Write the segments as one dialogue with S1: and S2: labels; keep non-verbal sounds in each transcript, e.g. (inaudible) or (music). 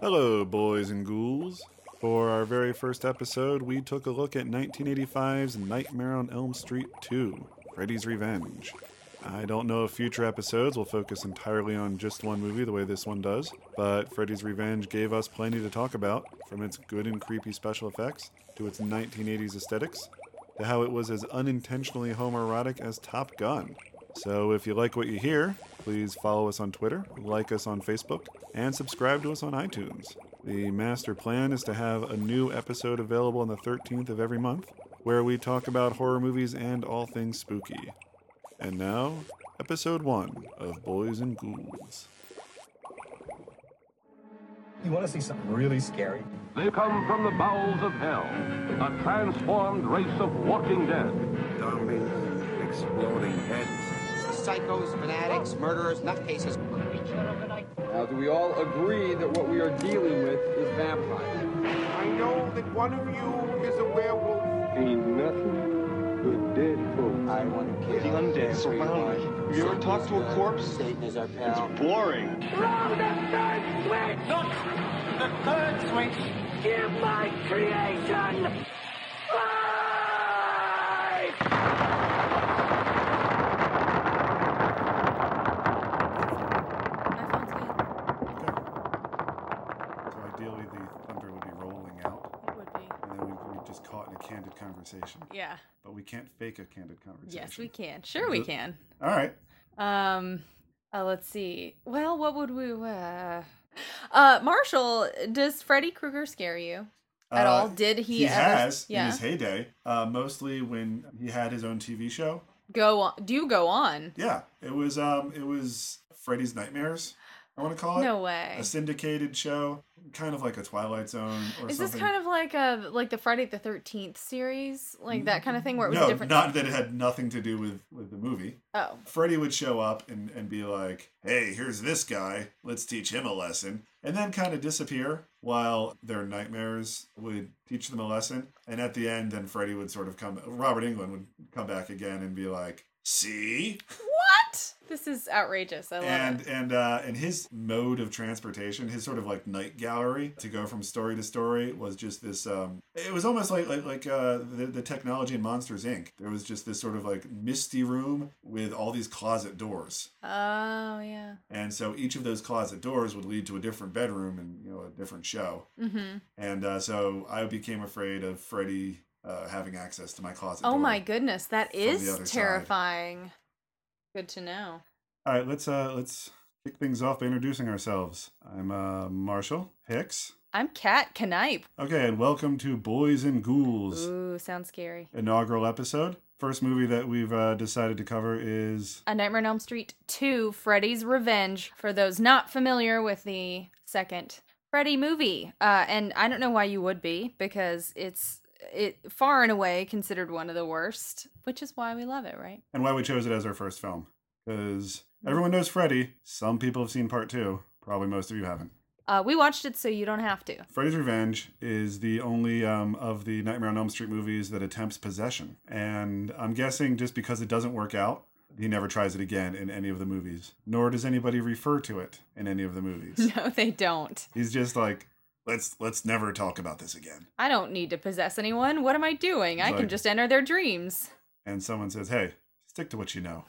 S1: Hello, boys and ghouls. For our very first episode, we took a look at 1985's Nightmare on Elm Street 2 Freddy's Revenge. I don't know if future episodes will focus entirely on just one movie the way this one does, but Freddy's Revenge gave us plenty to talk about, from its good and creepy special effects to its 1980s aesthetics to how it was as unintentionally homoerotic as Top Gun. So if you like what you hear, please follow us on Twitter, like us on Facebook, and subscribe to us on iTunes. The master plan is to have a new episode available on the 13th of every month where we talk about horror movies and all things spooky. And now, episode 1 of Boys and Ghouls.
S2: You want to see something really scary?
S3: They come from the bowels of hell, a transformed race of walking dead.
S4: Zombies, exploding heads.
S5: psychos, fanatics, murderers, nutcases.
S6: Now, do we all agree that what we are dealing with is vampires?
S7: I know that one of you is a werewolf.
S3: Ain't nothing but dead folks.
S5: I want to kill the undead surround me. You ever talk to a corpse? Satan is our pal.
S8: Give my creation life!
S9: That sounds good.
S1: So ideally, the thunder would be rolling out,
S9: It would be.
S1: and then we'd be just caught in a candid conversation.
S9: Yeah.
S1: But we can't fake a candid conversation.
S9: Yes, we can. Sure, we
S1: Good.
S9: can.
S1: All right.
S9: Um, uh, let's see. Well, what would we? Uh, uh Marshall, does Freddy Krueger scare you at
S1: Uh,
S9: all? Did he?
S1: he
S9: ever-
S1: has
S9: Yeah.
S1: in his heyday, uh, mostly when he had his own TV show.
S9: go on. Do go on?
S1: Yeah, it was um, it was Freddy's Nightmares. I want to call it
S9: No way.
S1: a syndicated show, kind of like a Twilight Zone or
S9: Is this
S1: something.
S9: kind of like a like the Friday the Thirteenth series, like that kind of thing where it was
S1: no,
S9: different?
S1: not that it had nothing to do with with the movie.
S9: oh,
S1: Freddy would show up and, and be like, hey, here's this guy. Let's teach him a lesson. And then kind of disappear while their nightmares would teach them a lesson. And at the end, then Freddy would sort of come, Robert England would come back again and be like, see?
S9: what? This is outrageous. I love
S1: and
S9: it.
S1: and uh and his mode of transportation his sort of like night gallery to go from story to story was just this um it was almost like like like uh the, the technology in monsters inc there was just this sort of like misty room with all these closet doors
S9: Oh yeah.
S1: and so each of those closet doors would lead to a different bedroom and you know a different show
S9: Mm-hmm.
S1: and uh so i became afraid of freddy uh, having access to my closet
S9: Oh
S1: door.
S9: my goodness, that
S1: from the
S9: is
S1: other side.
S9: terrifying. Good to know.
S1: all right let's uh let's kick things off by introducing ourselves i'm uh marshall hicks
S9: I'm Kat Knipe.
S1: Okay, and welcome to Boys and Ghouls
S9: Ooh, sounds scary.
S1: inaugural episode. First movie that we've uh, decided to cover is
S9: A Nightmare on Elm Street 2 Freddy's Revenge. For those not familiar with the second Freddy movie, uh, and I don't know why you would be because it's it far and away considered one of the worst, which is why we love it, right?
S1: and why we chose it as our first film because everyone knows Freddy. Some people have seen part two. Probably most of you haven't.
S9: Uh, we watched it so you don't have to. (laughs)
S1: Freddy's Revenge is the only um, of the Nightmare on Elm Street movies that attempts possession, and I'm guessing just because it doesn't work out, he never tries it again in any of the movies. Nor does anybody refer to it in any of the
S9: (laughs)
S1: movies.
S9: No, they don't.
S1: He's just like, let's let's never talk about this again.
S9: I don't need to possess anyone. What am I doing? I can
S1: Like-
S9: just enter their dreams.
S1: and someone says, "Hey, stick to what you
S9: (laughs)
S1: know."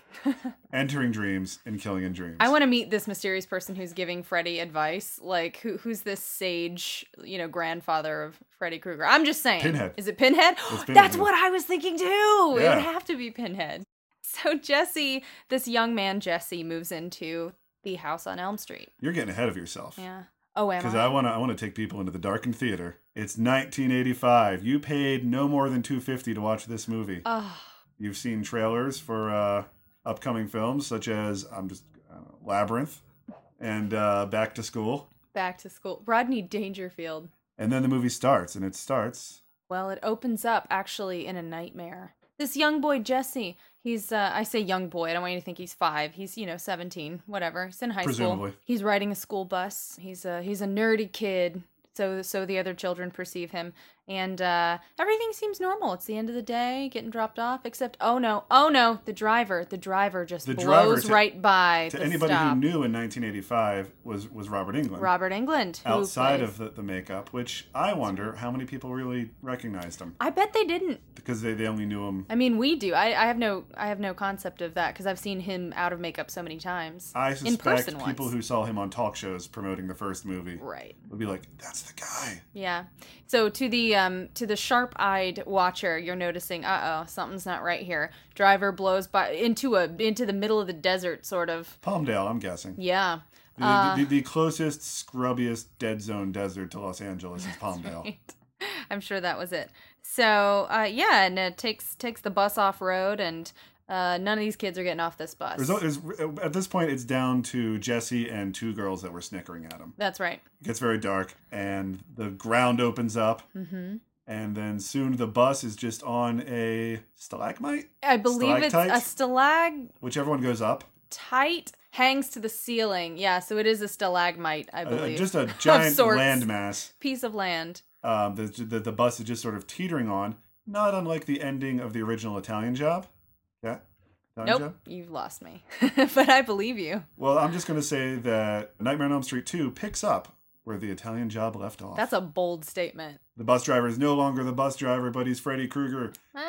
S1: Entering dreams and killing in dreams.
S9: I want to meet this mysterious person who's giving Freddy advice. Like, who who's this sage, you know, grandfather of Freddy Krueger? I'm just saying.
S1: Pinhead.
S9: Is it Pinhead? (gasps)
S1: Pinhead,
S9: That's
S1: yeah.
S9: what I was thinking too. It
S1: Yeah.
S9: would have to be Pinhead. (laughs) So Jesse, this young man Jesse, moves into the house on Elm Street.
S1: You're getting ahead of yourself.
S9: Yeah. Oh, am
S1: Because
S9: I?
S1: I want to, I want to take people into the darkened theater. It's 1985. You paid no more than 250 to watch this movie.
S9: Ugh.
S1: You've seen trailers for uh, upcoming films such as I'm just I don't know, Labyrinth and uh, Back to School,
S9: back to school. Rodney Dangerfield.
S1: and then the movie starts, and it starts.
S9: Well, it opens up actually in a nightmare. This young boy Jesse, he's uh, I say young boy, I don't want you to think he's 5. He's, you know, 17, whatever. He's in high
S1: Presumably.
S9: school. He's riding a school bus. He's a he's a nerdy kid. So so the other children perceive him And uh, everything seems normal. It's the end of the day, getting dropped off, except oh no, oh no, the driver, the driver just
S1: The driver
S9: blows
S1: to-
S9: right by
S1: To
S9: the
S1: anybody
S9: stop.
S1: who knew in 1985 was was Robert England.
S9: Robert England, who
S1: outside
S9: plays-
S1: of the, the makeup, which I wonder how many people really recognized him
S9: I bet they didn't.
S1: because they, they only knew him.
S9: I mean, we do. I, I have no, I have no concept of that because I've seen him out of makeup so many times.
S1: I
S9: in
S1: suspect
S9: person
S1: people
S9: once.
S1: who saw him on talk shows promoting the first movie
S9: right.
S1: would be like, "That's the guy."
S9: Yeah. So to the um to the sharp-eyed watcher, you're noticing, uh-oh, something's not right here. Driver blows by into a into the middle of the desert sort of.
S1: Palmdale, I'm guessing.
S9: Yeah. (laughs) Uh.
S1: The, the, the closest, scrubbiest dead zone desert to Los
S9: (laughs)
S1: Angeles is Palmdale.
S9: I'm sure that was it. So, uh yeah, and it takes takes the bus off road and uh none of these kids are getting off this bus.
S1: There's, al- there's- at this point, it's down to Jesse and two girls that were snickering at him.
S9: That's right.
S1: It gets very dark, and the ground opens up,
S9: Mm-hmm.
S1: and then soon the bus is just on a stalagmite,
S9: I believe it's a
S1: Stalactites?
S9: stalag
S1: which everyone goes up.
S9: tight hangs to the ceiling. Yeah, so it is a stalagmite, I
S1: Uh,
S9: believe.
S1: just a
S9: (laughs) Of
S1: giant
S9: sorts.
S1: landmass.
S9: Piece of land.
S1: Um, the, the the bus is just sort of teetering on, not unlike the ending of the original Italian Job. Yeah, Italian
S9: Nope, you've lost me. (laughs) but I believe you.
S1: Well, I'm just going to say that Nightmare on Elm Street 2 picks up where the Italian Job left off.
S9: That's a bold statement.
S1: the bus driver is no longer the bus driver, but he's Freddy Krueger,
S9: Ah,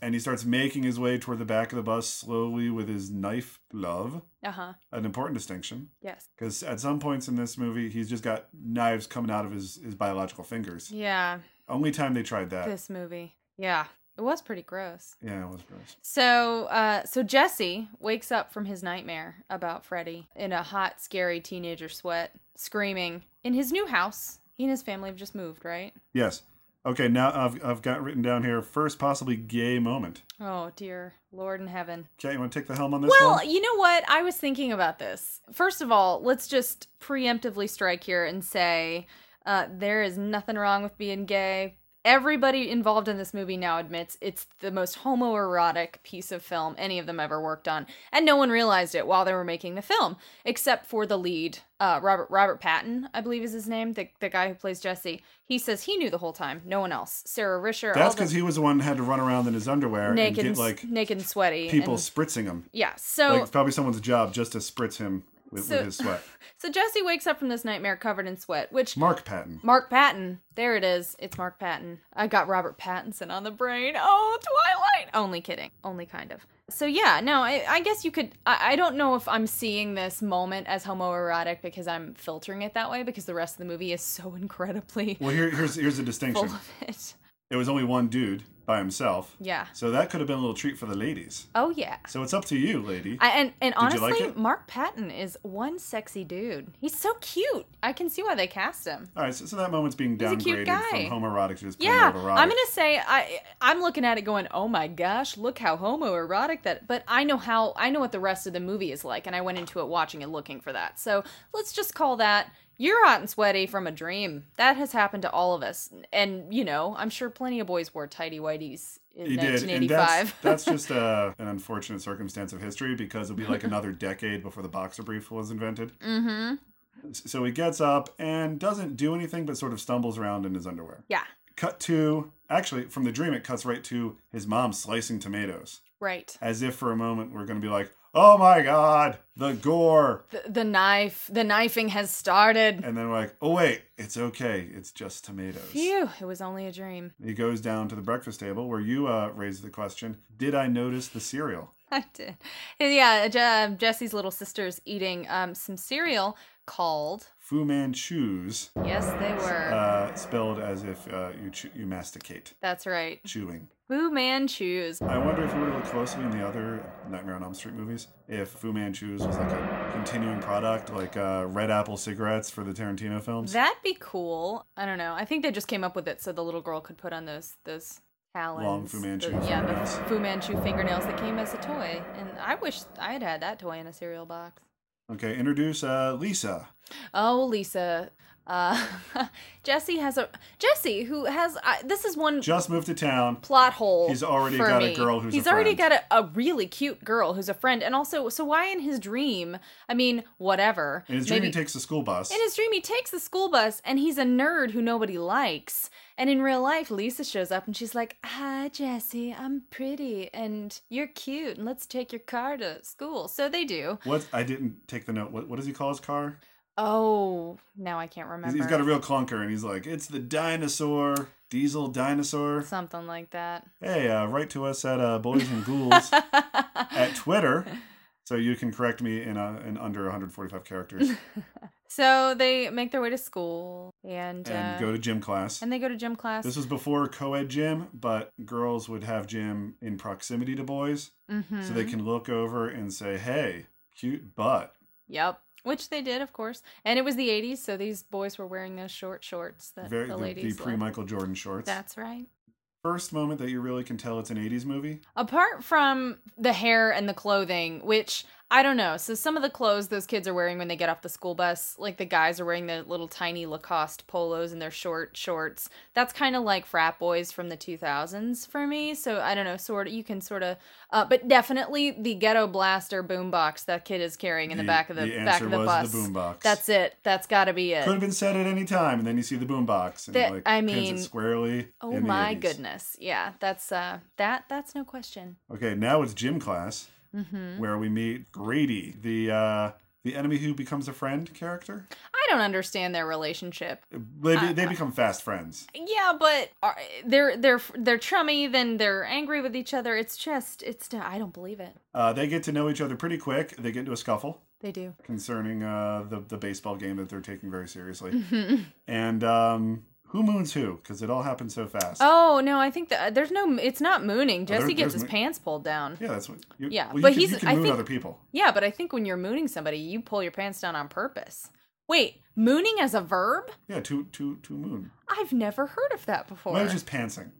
S1: and he starts making his way toward the back of the bus slowly with his knife glove.
S9: uh huh.
S1: An important distinction,
S9: Yes.
S1: because at some points in this movie, he's just got knives coming out of his, his biological fingers.
S9: Yeah.
S1: Only time they tried that.
S9: This movie. Yeah. It was pretty gross.
S1: Yeah, it was gross.
S9: So, uh, so Jesse wakes up from his nightmare about Freddy in a hot, scary teenager sweat, screaming in his new house. He and his family have just moved, right?
S1: Yes. Okay, now I've, I've got written down here first possibly gay moment.
S9: Oh dear Lord in heaven.
S1: Cat, you want to take the helm on this
S9: Well,
S1: one?
S9: you know what? I was thinking about this. First of all, let's just preemptively strike here and say uh, there is nothing wrong with being gay. Everybody involved in this movie now admits it's the most homoerotic piece of film any of them ever worked on, and no one realized it while they were making the film, except for the lead, uh, Robert Robert Patton, I believe is his name, the, the guy who plays Jesse. He says he knew the whole time, no one else. Sarah Risher, all
S1: That's
S9: the
S1: because he was the one who had to run around in his underwear
S9: naked,
S1: and
S9: and
S1: get
S9: s-
S1: like
S9: naked and sweaty.
S1: people
S9: and-
S1: spritzing him.
S9: yeah, so
S1: like it's probably someone's job just to spritz him with,
S9: So-
S1: with his
S9: (laughs)
S1: sweat.
S9: So Jesse wakes up from this nightmare covered in sweat, which
S1: Mark Patton.
S9: Mark Patton, there it is. It's Mark Patton. I got Robert Pattinson on the brain. Oh, Twilight! Only kidding. Only kind of. So yeah, no, I, I guess you could. I, I don't know if I'm seeing this moment as homoerotic because I'm filtering it that way because the rest of the movie is so (laughs) incredibly
S1: Well, here, here's here's a
S9: full
S1: distinction.
S9: of it.
S1: It was only one dude by himself.
S9: Yeah.
S1: So that could have been a little treat for the ladies.
S9: Oh yeah.
S1: So it's up to you, lady.
S9: I, and and
S1: Did you like
S9: honestly,
S1: it?
S9: Mark Patton is one sexy dude. He's so cute. I can see why they cast him.
S1: All right. So, so that moment's being
S9: a
S1: downgraded from
S9: cute guy.
S1: homoerotic to just plain
S9: Yeah,
S1: erotic.
S9: I'm gonna say I I'm looking at it going, oh my gosh, look how homoerotic that. But I know how I know what the rest of the movie is like, and I went into it watching and looking for that. So let's just call that you're hot and sweaty from a dream. That has happened to all of us, and you know I'm sure plenty of boys wore tidy whities in
S1: He did, and
S9: 1985.
S1: that's,
S9: (laughs)
S1: that's just uh, an unfortunate circumstance of history because it'll be like another decade before the boxer brief was invented. Mm-hmm. So he gets up and doesn't do anything, but sort of stumbles around in his underwear.
S9: yeah,
S1: cut to actually from the dream it cuts right to his mom slicing tomatoes
S9: right.
S1: as if for a moment we're going to be like oh my god the gore
S9: The, the knife, the knifing has started.
S1: and then we're like oh wait it's okay it's just tomatoes
S9: Phew, it was only a dream.
S1: he goes down to the breakfast table where you uh, raised the question did i notice the cereal
S9: (laughs) I did. Yeah, Je- um, Jesse's little sister's eating um, some cereal called.
S1: fu manchus
S9: Yes, they were.
S1: uh, spelled as if uh, you chew- you masticate
S9: That's right.
S1: chewing
S9: Fu Manchus.
S1: i wonder if we would look closely in the other nightmare on elm street movies if fu manchus was like a continuing product like uh, red apple cigarettes for the tarantino films
S9: That'd be cool. I don't know. I think they just came up with it so the little girl could put on those those talons.
S1: Long Fu Manchu
S9: the- yeah,
S1: fingernails.
S9: the Fu Manchu fingernails that came as a toy. And I wish I had had that toy in a cereal box.
S1: Okay, introduce uh, Lisa.
S9: Oh, Lisa. Uh, (laughs) Jesse has a Jesse who has I this is one
S1: Just moved to town.
S9: plot hole.
S1: He's already
S9: for
S1: got a
S9: me.
S1: girl who's a
S9: he's already
S1: friend.
S9: got a, a really cute girl who's a friend, and also so why in his dream? I mean, whatever.
S1: In his dream,
S9: Maybe-
S1: he takes the school bus.
S9: in his dream, he takes the school bus and he's a nerd who nobody likes. And in real life, Lisa shows up and she's like, Hi, Jesse, I'm pretty and you're cute, and let's take your car to school. So they do.
S1: What I didn't take the note. What, what does he call his car?
S9: Oh, now I can't remember.
S1: He's- he's got a real clunker, and he's like, "It's the dinosaur, diesel dinosaur."
S9: Something like that.
S1: Hey, uh, write to us at uh, Boys and Ghouls at Twitter, so you can correct me in uh, in under 145
S9: (laughs)
S1: characters
S9: (laughs) So they make their way to school and
S1: and
S9: uh,
S1: go to gym class.
S9: and they go to gym class.
S1: This was before co-ed gym, but girls would have gym in proximity to boys,
S9: Mhm.
S1: so they can look over and say, "Hey, cute butt."
S9: Yep. Which they did, of course. And it was the 80s, so these boys were wearing those short shorts that
S1: Very
S9: the
S1: the,
S9: ladies
S1: the
S9: loved.
S1: pre-Michael Jordan shorts.
S9: That's right.
S1: First moment that you really can tell it's an 80s movie.
S9: Apart from the hair and the clothing, which I don't know. So some of the clothes those kids are wearing when they get off the school bus, like the guys are wearing the little tiny Lacoste polos and their short shorts. That's kind of like frat boys from the 2000s for me. So I don't know, sort of you can sort of uh, but definitely the ghetto blaster boombox that kid is carrying in the, back of the, back
S1: answer
S9: of the
S1: was
S9: bus.
S1: the boombox.
S9: That's it. That's got to be it.
S1: Could have been said at any time, and then you see the boombox and
S9: That-
S1: like
S9: I
S1: pins
S9: mean-
S1: it squarely.
S9: Oh
S1: in the
S9: my
S1: 80s.
S9: goodness. Yeah, that's uh that that's no question.
S1: Okay, now it's gym class
S9: Mm-hmm.
S1: where we meet Grady, the uh, the enemy who becomes a friend character.
S9: I don't understand their relationship.
S1: They, be-
S9: Uh,
S1: they become fast friends.
S9: Yeah, but are, they're they're they're chummy, then they're angry with each other. It's just it's I don't believe it.
S1: Uh, they get to know each other pretty quick. They get into a scuffle
S9: They do.
S1: concerning uh, the the baseball game that they're taking very seriously,
S9: Mm-hmm.
S1: and um, who moons who because it all happens so fast.
S9: Oh, no, I think that there's no it's not mooning.
S1: there-
S9: Jesse
S1: there's
S9: gets his
S1: moon-
S9: pants pulled down.
S1: Yeah, that's what. You,
S9: Yeah,
S1: well, you
S9: but
S1: can,
S9: he's-
S1: you can
S9: I
S1: moon
S9: think-
S1: other people.
S9: Yeah, but I think when you're mooning somebody, you pull your pants down on purpose. Wait, mooning as a verb?
S1: Yeah, to to to moon.
S9: I've never heard of that before.
S1: Maybe just pantsing.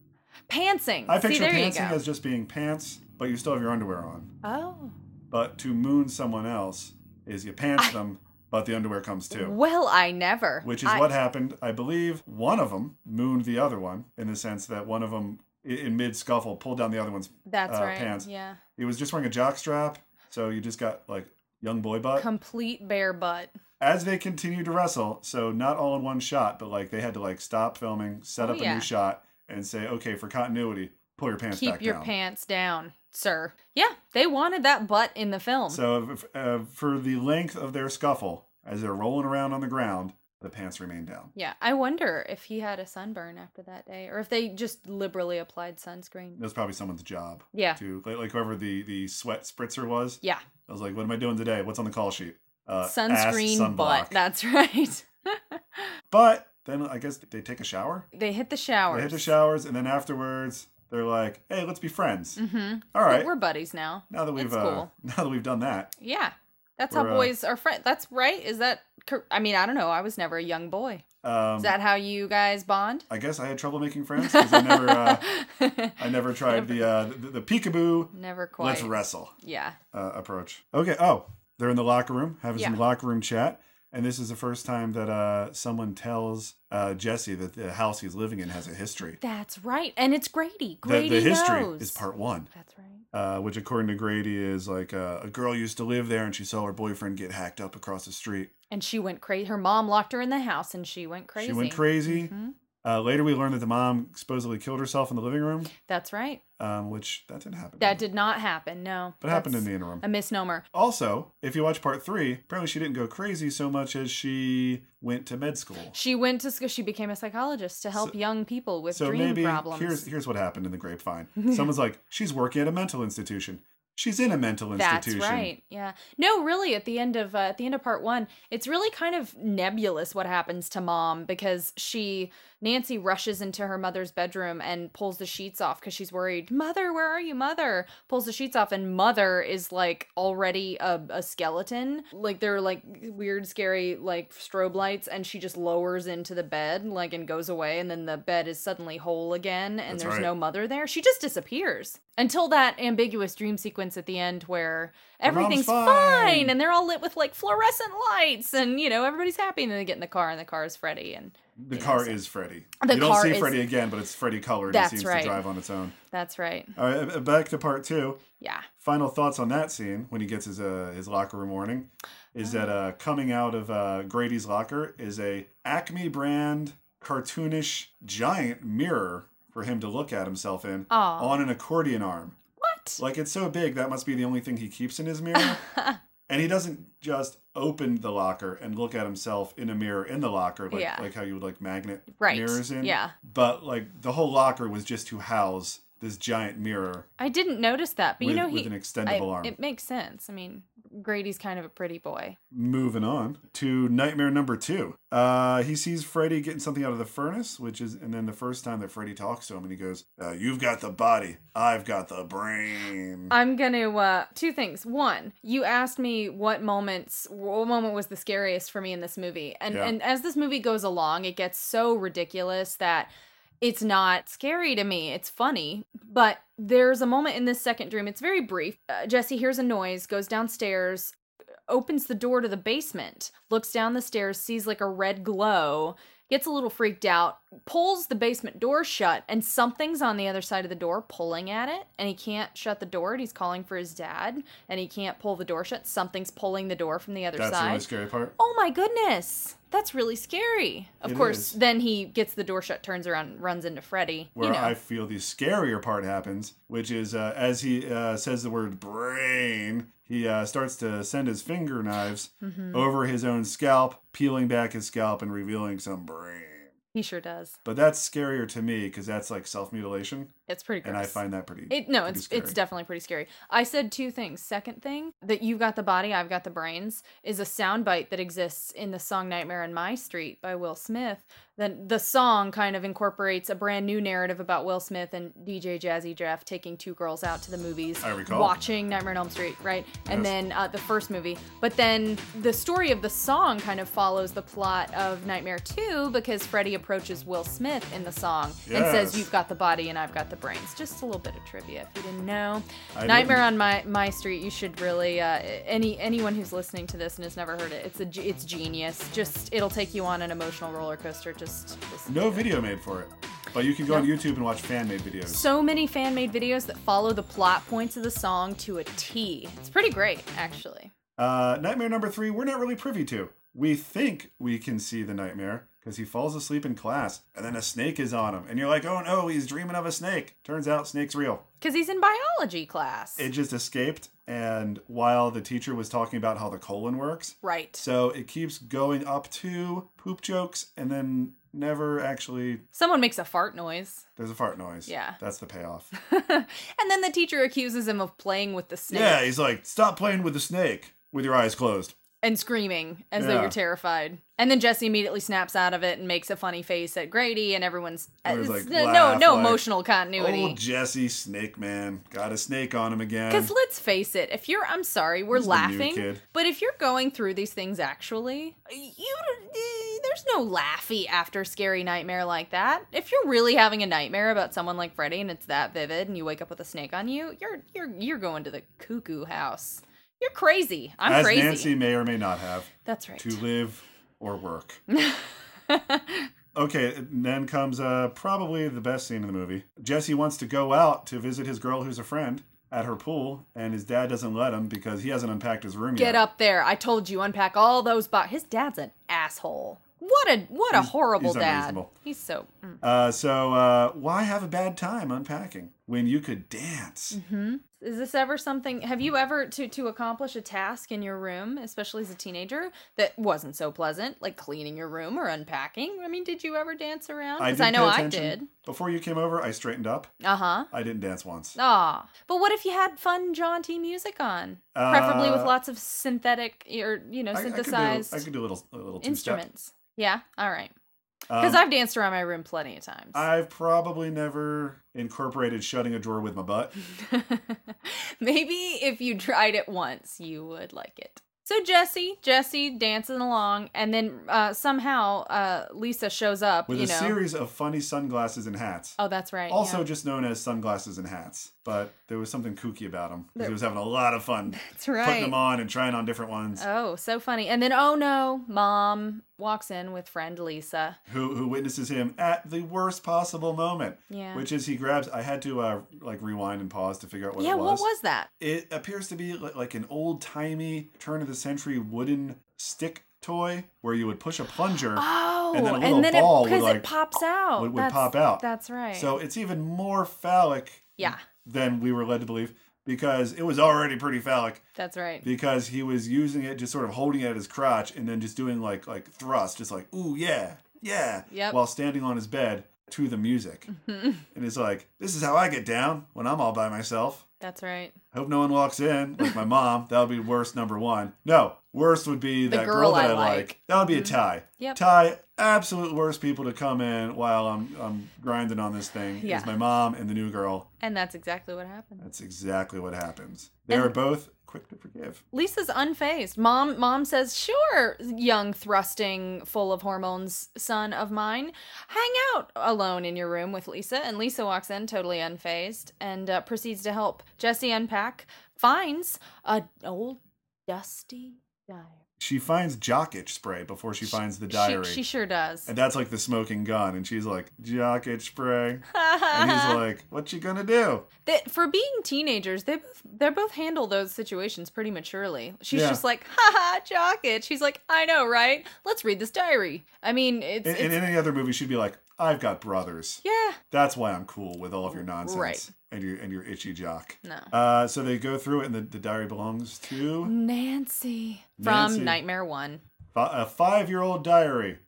S9: pantsing.
S1: I
S9: See,
S1: picture
S9: there you
S1: pantsing
S9: go.
S1: as just being pants, but you still have your underwear on.
S9: oh.
S1: But to moon someone else is you pants them, but the underwear comes too.
S9: Well, I never.
S1: Which is
S9: I-
S1: what happened, I believe. One of them mooned the other one in the sense that one of them, in mid scuffle, pulled down the other one's
S9: That's
S1: uh,
S9: right.
S1: pants.
S9: Yeah.
S1: He was just wearing a jock strap, so you just got like young boy butt.
S9: Complete bare butt.
S1: As they continued to wrestle, so not all in one shot, but like they had to like stop filming, set
S9: Oh,
S1: up a
S9: yeah.
S1: new shot, and say, okay, for continuity, pull your pants
S9: Keep
S1: back
S9: your
S1: down.
S9: pants down, sir. Yeah, they wanted that butt in the film.
S1: So if- uh, for the length of their scuffle, as they're rolling around on the ground, the pants remain down.
S9: yeah, I wonder if he had a sunburn after that day or if they just liberally applied sunscreen.
S1: That's probably someone's job.
S9: Yeah.
S1: To like, like whoever the the sweat spritzer was.
S9: Yeah,
S1: I was like, what am I doing today? What's on the call sheet? Uh, ass
S9: sunscreen
S1: sunblock.
S9: butt. That's (laughs) right.
S1: But then I guess they take a shower.
S9: they hit the shower.
S1: They hit the showers, and then afterwards they're like, hey, let's be friends.
S9: Mm-hmm.
S1: All right.
S9: We're buddies now.
S1: now that we've
S9: it's
S1: uh,
S9: cool.
S1: (laughs) now that we've done that,
S9: Yeah. That's
S1: We're, uh,
S9: how boys are friends. That's right. Is that? cor- I mean, I don't know. I was never a young boy.
S1: um,
S9: Is that how you guys bond?
S1: I guess I had trouble
S9: (laughs)
S1: making friends because I never uh, I never tried the uh, the, the peekaboo.
S9: never quite.
S1: Let's wrestle.
S9: Yeah.
S1: uh, approach. Okay. Oh, they're in the locker room having some
S9: Yeah.
S1: locker room chat, and this is the first time that uh, someone tells uh, Jesse that the house he's living in has a history.
S9: That's right. And it's Grady.
S1: That
S9: Grady
S1: the history
S9: knows.
S1: is part one,
S9: That's right.
S1: uh, which according to Grady is like uh, a girl used to live there, and she saw her boyfriend get hacked up across the street.
S9: And she went crazy. Her mom locked her in the house and she went crazy. Mm-hmm.
S1: She went crazy. Uh, later, we learned that the mom supposedly killed herself in the living room,
S9: That's right.
S1: um, which that didn't happen.
S9: That did not happen. No.
S1: But it happened in
S9: That's
S1: the interim.
S9: A misnomer.
S1: Also, if you watch part three, apparently she didn't go crazy so much as she went to med school.
S9: She went to school. She became a psychologist to help young people with
S1: So
S9: dream
S1: maybe
S9: problems.
S1: here's here's what happened in the grapevine. Someone's like, she's working at a mental institution. She's in a mental
S9: That's
S1: institution.
S9: right. Yeah. No, really. At the end of uh, at the end of part one, it's really kind of nebulous what happens to mom because she Nancy rushes into her mother's bedroom and pulls the sheets off because she's worried. Mother, where are you? Mother pulls the sheets off, and mother is like already a, a skeleton. Like they're like weird, scary like strobe lights, and she just lowers into the bed like and goes away, and then the bed is suddenly whole again, and
S1: That's
S9: there's
S1: right.
S9: no mother there. She just disappears. Until that ambiguous dream sequence at the end where everything's
S1: fine.
S9: fine. and they're all lit with like fluorescent lights and you know everybody's happy and then they get in the car and the car is Freddy and
S1: The car is Freddy.
S9: The
S1: you don't
S9: car
S1: see
S9: is-
S1: Freddy again, but it's Freddy colored.
S9: That's
S1: he seems
S9: right.
S1: to drive on its own.
S9: that's right.
S1: All right, uh, back to part two.
S9: Yeah.
S1: Final thoughts on that scene when he gets his uh, his locker room warning is
S9: Oh.
S1: that uh, coming out of uh, Grady's locker is a Acme brand cartoonish giant mirror for him to look at himself in
S9: Aw.
S1: on an accordion arm.
S9: What?
S1: Like it's so big that must be the only thing he keeps in his
S9: (laughs)
S1: mirror. and he doesn't just open the locker and look at himself in a mirror in the locker, like
S9: Yeah.
S1: like how you would like magnet
S9: Right.
S1: mirrors in.
S9: Yeah.
S1: But like the whole locker was just to house this giant mirror
S9: I didn't notice that, but
S1: with,
S9: you know
S1: with
S9: he
S1: an
S9: I-
S1: extendable arm.
S9: it makes sense. I mean, Grady's kind of a pretty boy.
S1: Moving on to nightmare number two. Uh, he sees Freddy getting something out of the furnace, which is, and then the first time that Freddy talks to him, and he goes, uh, "You've got the body, I've got the brain."
S9: I'm gonna uh two things. One, you asked me what moments what moment was the scariest for me in this movie. And
S1: Yeah.
S9: and as this movie goes along, it gets so ridiculous that it's not scary to me. It's funny, but there's a moment in this second dream. It's very brief. Uh, Jesse hears a noise, goes downstairs, opens the door to the basement, looks down the stairs, sees like a red glow, gets a little freaked out, pulls the basement door shut, and something's on the other side of the door pulling at it, and he can't shut the door, and he's calling for his dad, and he can't pull the door shut. Something's pulling the door from the other
S1: That's the
S9: side.
S1: really scary part.
S9: Oh my goodness. That's really scary. Of
S1: It
S9: course,
S1: is.
S9: then he gets the door shut, turns around, and runs into Freddy.
S1: Where
S9: you know.
S1: I feel the scarier part happens, which is uh, as he uh, says the word brain, he uh, starts to send his finger knives
S9: Mm-hmm.
S1: over his own scalp, peeling back his scalp and revealing some brain.
S9: he sure does.
S1: But that's scarier to me because that's like self mutilation.
S9: It's pretty gross.
S1: and I find that pretty.
S9: It no,
S1: pretty
S9: it's
S1: scary.
S9: it's definitely pretty scary. I said two things. Second thing that you've got the body, I've got the brains is a soundbite that exists in the song "Nightmare on My Street" by Will Smith. Then the song kind of incorporates a brand new narrative about Will Smith and DJ Jazzy Jeff taking two girls out to the movies,
S1: I recall.
S9: watching Nightmare on Elm Street, right? And
S1: Yes.
S9: then uh, the first movie, but then the story of the song kind of follows the plot of Nightmare Two because Freddie approaches Will Smith in the song and
S1: Yes.
S9: says, "You've got the body and I've got the brains." Just a little bit of trivia if you didn't know.
S1: I
S9: Nightmare
S1: didn't.
S9: on my my street. You should really uh, any anyone who's listening to this and has never heard it. It's a ge- it's genius. Just it'll take you on an emotional roller coaster. Just listen
S1: No
S9: to it.
S1: video made for it, but you can go on YouTube and watch fan made videos.
S9: So many fan made videos that follow the plot points of the song to a T. It's pretty great, actually.
S1: Uh, nightmare number three, we're not really privy to. We think we can see the nightmare because he falls asleep in class, and then a snake is on him, and you're like, oh no, he's dreaming of a snake. Turns out, snake's real.
S9: Because he's in biology class.
S1: It just escaped, and while the teacher was talking about how the colon works,
S9: right.
S1: so it keeps going up to poop jokes, and then never actually.
S9: Someone makes a fart noise.
S1: There's a fart noise.
S9: Yeah.
S1: that's the payoff.
S9: and then the teacher accuses him of playing with the (laughs) snake
S1: Yeah, he's like, stop playing with the snake with your eyes closed.
S9: and screaming as though
S1: Yeah.
S9: you're terrified. And then Jesse immediately snaps out of it and makes a funny face at Grady, and everyone's uh,
S1: Everyone's
S9: it's-
S1: like,
S9: no
S1: laugh,
S9: no
S1: like, "Oh,
S9: emotional
S1: Old
S9: continuity.
S1: Jesse Snake Man got a snake on him again.
S9: Because let's face it, if you're, I'm sorry, we're
S1: He's the new
S9: laughing,
S1: kid.
S9: but if you're going through these things actually, you don't- eh, there's no laughy after scary nightmare like that. If you're really having a nightmare about someone like Freddy and it's that vivid, and you wake up with a snake on you, you're you're you're going to the cuckoo house. You're crazy. I'm
S1: As
S9: crazy.
S1: Nancy may or may not have
S9: That's right.
S1: to live or
S9: (laughs)
S1: work. okay, then comes uh, probably the best scene in the movie. Jesse wants to go out to visit his girl who's a friend at her pool, and his dad doesn't let him because he hasn't unpacked his room yet.
S9: Get up there. I told you unpack all those box. His dad's an asshole. What a what a horrible
S1: he's
S9: dad.
S1: unreasonable.
S9: He's so mm.
S1: Uh, so, uh, why have a bad time unpacking when you could dance?
S9: Mm-hmm. Is this ever something have you ever to to accomplish a task in your room, especially as a teenager, that wasn't so pleasant, like cleaning your room or unpacking? I mean, did you ever dance around? Cuz
S1: did
S9: I know
S1: pay
S9: I did.
S1: attention. Before you came over, I straightened up.
S9: Uh-huh.
S1: I didn't dance once.
S9: Ah, but what if you had fun jaunty music on, preferably with
S1: Uh,
S9: lots of synthetic or you know
S1: I- I could do-
S9: synthesized
S1: I could do a little, a little
S9: instruments? Yeah, all right.
S1: Because
S9: Because I've danced around my room plenty of times.
S1: I've probably never incorporated shutting a drawer with my
S9: (laughs)
S1: butt.
S9: Maybe if you tried it once, you would like it. So Jesse, Jesse dancing along, and then uh, somehow uh, Lisa shows up.
S1: With
S9: you
S1: a
S9: know.
S1: series of funny sunglasses and hats,
S9: oh, that's right.
S1: also
S9: yeah.
S1: just known as sunglasses and hats. but there was something kooky about him. 'cause He was having a lot of fun
S9: (laughs) That's
S1: putting
S9: right.
S1: them on and trying on different ones.
S9: Oh, so funny. And then, oh no, mom walks in with friend Lisa.
S1: who who witnesses him at the worst possible moment.
S9: Yeah.
S1: Which is he grabs. I had to uh like rewind and pause to figure out what
S9: yeah,
S1: it was.
S9: what was that?
S1: It appears to be li- like an old timey turn of the century wooden stick toy where you would push a plunger.
S9: (gasps) Oh,
S1: then a little ball would,
S9: it, because
S1: like,
S9: it pops out.
S1: would- would
S9: That's-
S1: pop out.
S9: That's right.
S1: So it's even more phallic
S9: yeah,
S1: than we were led to believe because it was already pretty phallic
S9: that's right.
S1: because he was using it just sort of holding it at his crotch and then just doing like like thrust just like ooh yeah yeah
S9: Yep. Mm-hmm.
S1: while standing on his bed to the music and it's like this is how i get down when i'm all by myself
S9: That's right.
S1: I hope no one walks in like my mom that would be worst number one no worst would be
S9: The
S1: that girl,
S9: girl
S1: that i
S9: I
S1: like.
S9: like. Mm-hmm.
S1: that would be a tie
S9: Yep.
S1: tie absolute worst people to come in while i'm i'm grinding on this thing
S9: Yeah.
S1: is my mom and the new girl
S9: And that's exactly what happened.
S1: that's exactly what happens they
S9: And-
S1: are both quick to forgive
S9: Lisa's unfazed. Mom mom says, "Sure, young thrusting full of hormones son of mine, hang out alone in your room with Lisa." And Lisa walks in totally unfazed and uh, proceeds to help Jesse unpack, finds a old dusty diary.
S1: she finds jock itch spray before she finds the diary.
S9: She, she sure does.
S1: and that's like the smoking gun. And she's like, jock itch
S9: (laughs)
S1: spray. and he's like, what you gonna do?
S9: That for being teenagers, they both they both handle those situations pretty maturely. She's
S1: Yeah.
S9: just like, "Ha ha, jock it." She's like, "I know, right? Let's read this diary." I mean, it's,
S1: In, in
S9: it's
S1: any other movie, she'd be like, I've got brothers.
S9: yeah,
S1: That's why I'm cool with all of your nonsense
S9: Right.
S1: and your and your itchy jock.
S9: No.
S1: Uh, so they go through it, and the, the diary belongs to
S9: Nancy
S1: Nancy.
S9: from Nightmare One.
S1: fi- a five year old diary.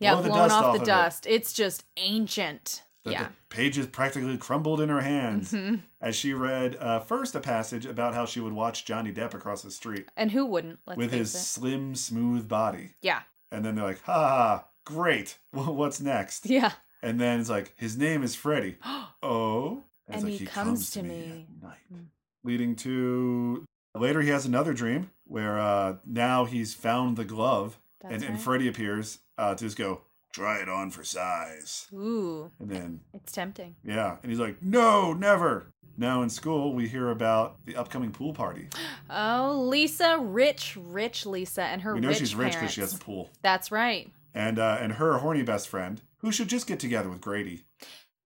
S9: Yeah,
S1: Blow the
S9: blown
S1: dust
S9: off,
S1: off
S9: the
S1: of it.
S9: dust. It's just ancient.
S1: The,
S9: yeah. Mm-hmm.
S1: the pages practically crumbled in her hands as she read uh, first a passage about how she would watch Johnny Depp across the street
S9: (laughs) and who wouldn't? Let's
S1: with
S9: face
S1: his slim, smooth body.
S9: it. Yeah.
S1: And then they're like, ha, ha, ha, great. (laughs) Well, what's next?
S9: Yeah.
S1: And then it's like, his name is
S9: (gasps)
S1: Freddy. oh. it's
S9: And
S1: like,
S9: he comes to me. Mm.
S1: at night. Leading to later, he has another dream where uh, now he's found the glove
S9: That's
S1: and, and
S9: right.
S1: Freddy appears uh, to just go, try it on for size.
S9: Ooh,
S1: And then,
S9: it's tempting.
S1: yeah. And he's like, no, never. Now in school, we hear about the upcoming pool party.
S9: Oh, Lisa, rich, rich Lisa, and her
S1: We know
S9: rich
S1: she's rich
S9: parents.
S1: because she has a pool.
S9: That's right.
S1: And, uh, and her horny best friend, who should just get together with Grady.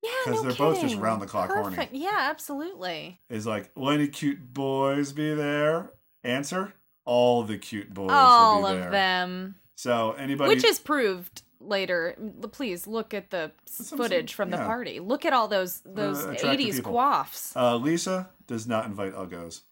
S9: Yeah,
S1: 'Cause
S9: no
S1: they're both just
S9: kidding.
S1: round-the-clock horny.
S9: Perfect. Yeah, absolutely.
S1: is like, will any cute boys be there? Answer: All the cute boys
S9: All
S1: will be
S9: of
S1: there.
S9: them,
S1: So anybody,
S9: which is proved later. L- Please look at the s-
S1: some-
S9: footage from the
S1: yeah.
S9: party. Look at all those those
S1: attractive
S9: eighties
S1: people.
S9: quaffs.
S1: uh, Lisa does not invite Uggos.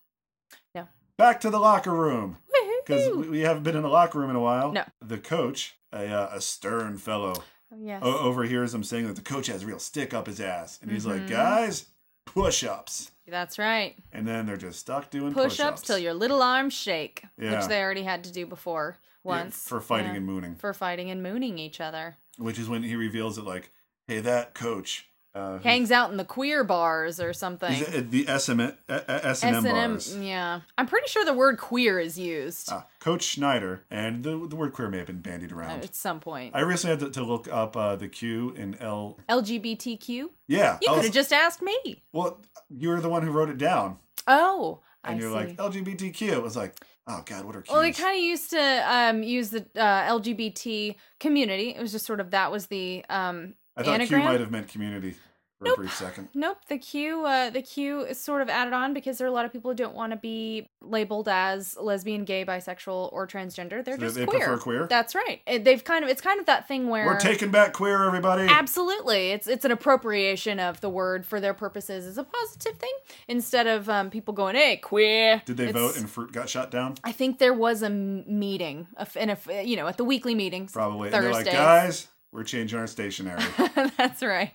S9: No.
S1: Back to the locker room because
S9: Woohoo!
S1: we, we haven't been in the locker room in a while.
S9: No.
S1: The coach, a, uh, a stern fellow,
S9: Oh, yes.
S1: o- overhears him saying that the coach has a real stick up his ass, and he's
S9: Mm-hmm.
S1: like, guys, push-ups.
S9: That's right.
S1: And then they're just stuck doing
S9: Push ups till your little arms shake,
S1: Yeah.
S9: which they already had to do before once.
S1: for fighting
S9: Yeah.
S1: and mooning.
S9: For fighting and mooning each other.
S1: which is when he reveals it like, hey, that coach. Uh, who's-
S9: Hangs out in the queer bars or something.
S1: Is it uh, the S and M
S9: S&M,
S1: bars.
S9: yeah. I'm pretty sure the word queer is used
S1: Ah, Coach Schneider, and the, the word queer may have been bandied around.
S9: at some point.
S1: I recently had to, to look up uh, the Q in L.
S9: LGBTQ? You
S1: Yeah, I
S9: could
S1: was-
S9: have just asked me.
S1: Well, you were the one who wrote it down,
S9: Oh,
S1: and
S9: I
S1: you're
S9: see.
S1: like LGBTQ. It was like, oh god, what are Qs?
S9: well, they kind of used to um, use the uh, LGBT community. It was just sort of that was the um,
S1: I thought
S9: anagram.
S1: Q might have meant community for
S9: Nope.
S1: a brief second.
S9: Nope, the Q uh, the Q is sort of added on because there are a lot of people who don't want to be labeled as lesbian, gay, bisexual, or transgender. They're
S1: So
S9: just
S1: they
S9: queer.
S1: prefer queer?
S9: That's right. It- They've kind of it's kind of that thing where
S1: We're taking back queer, everybody.
S9: absolutely it's it's an appropriation of the word for their purposes. It's a positive thing instead of um, people going hey queer.
S1: Did they
S9: It's-
S1: vote and fruit got shot down?
S9: I think there was a m- meeting, a f- in a f- you know at the weekly meetings.
S1: Probably. And they're
S9: Thursdays.
S1: like, guys, we're changing our stationery.
S9: (laughs) That's right.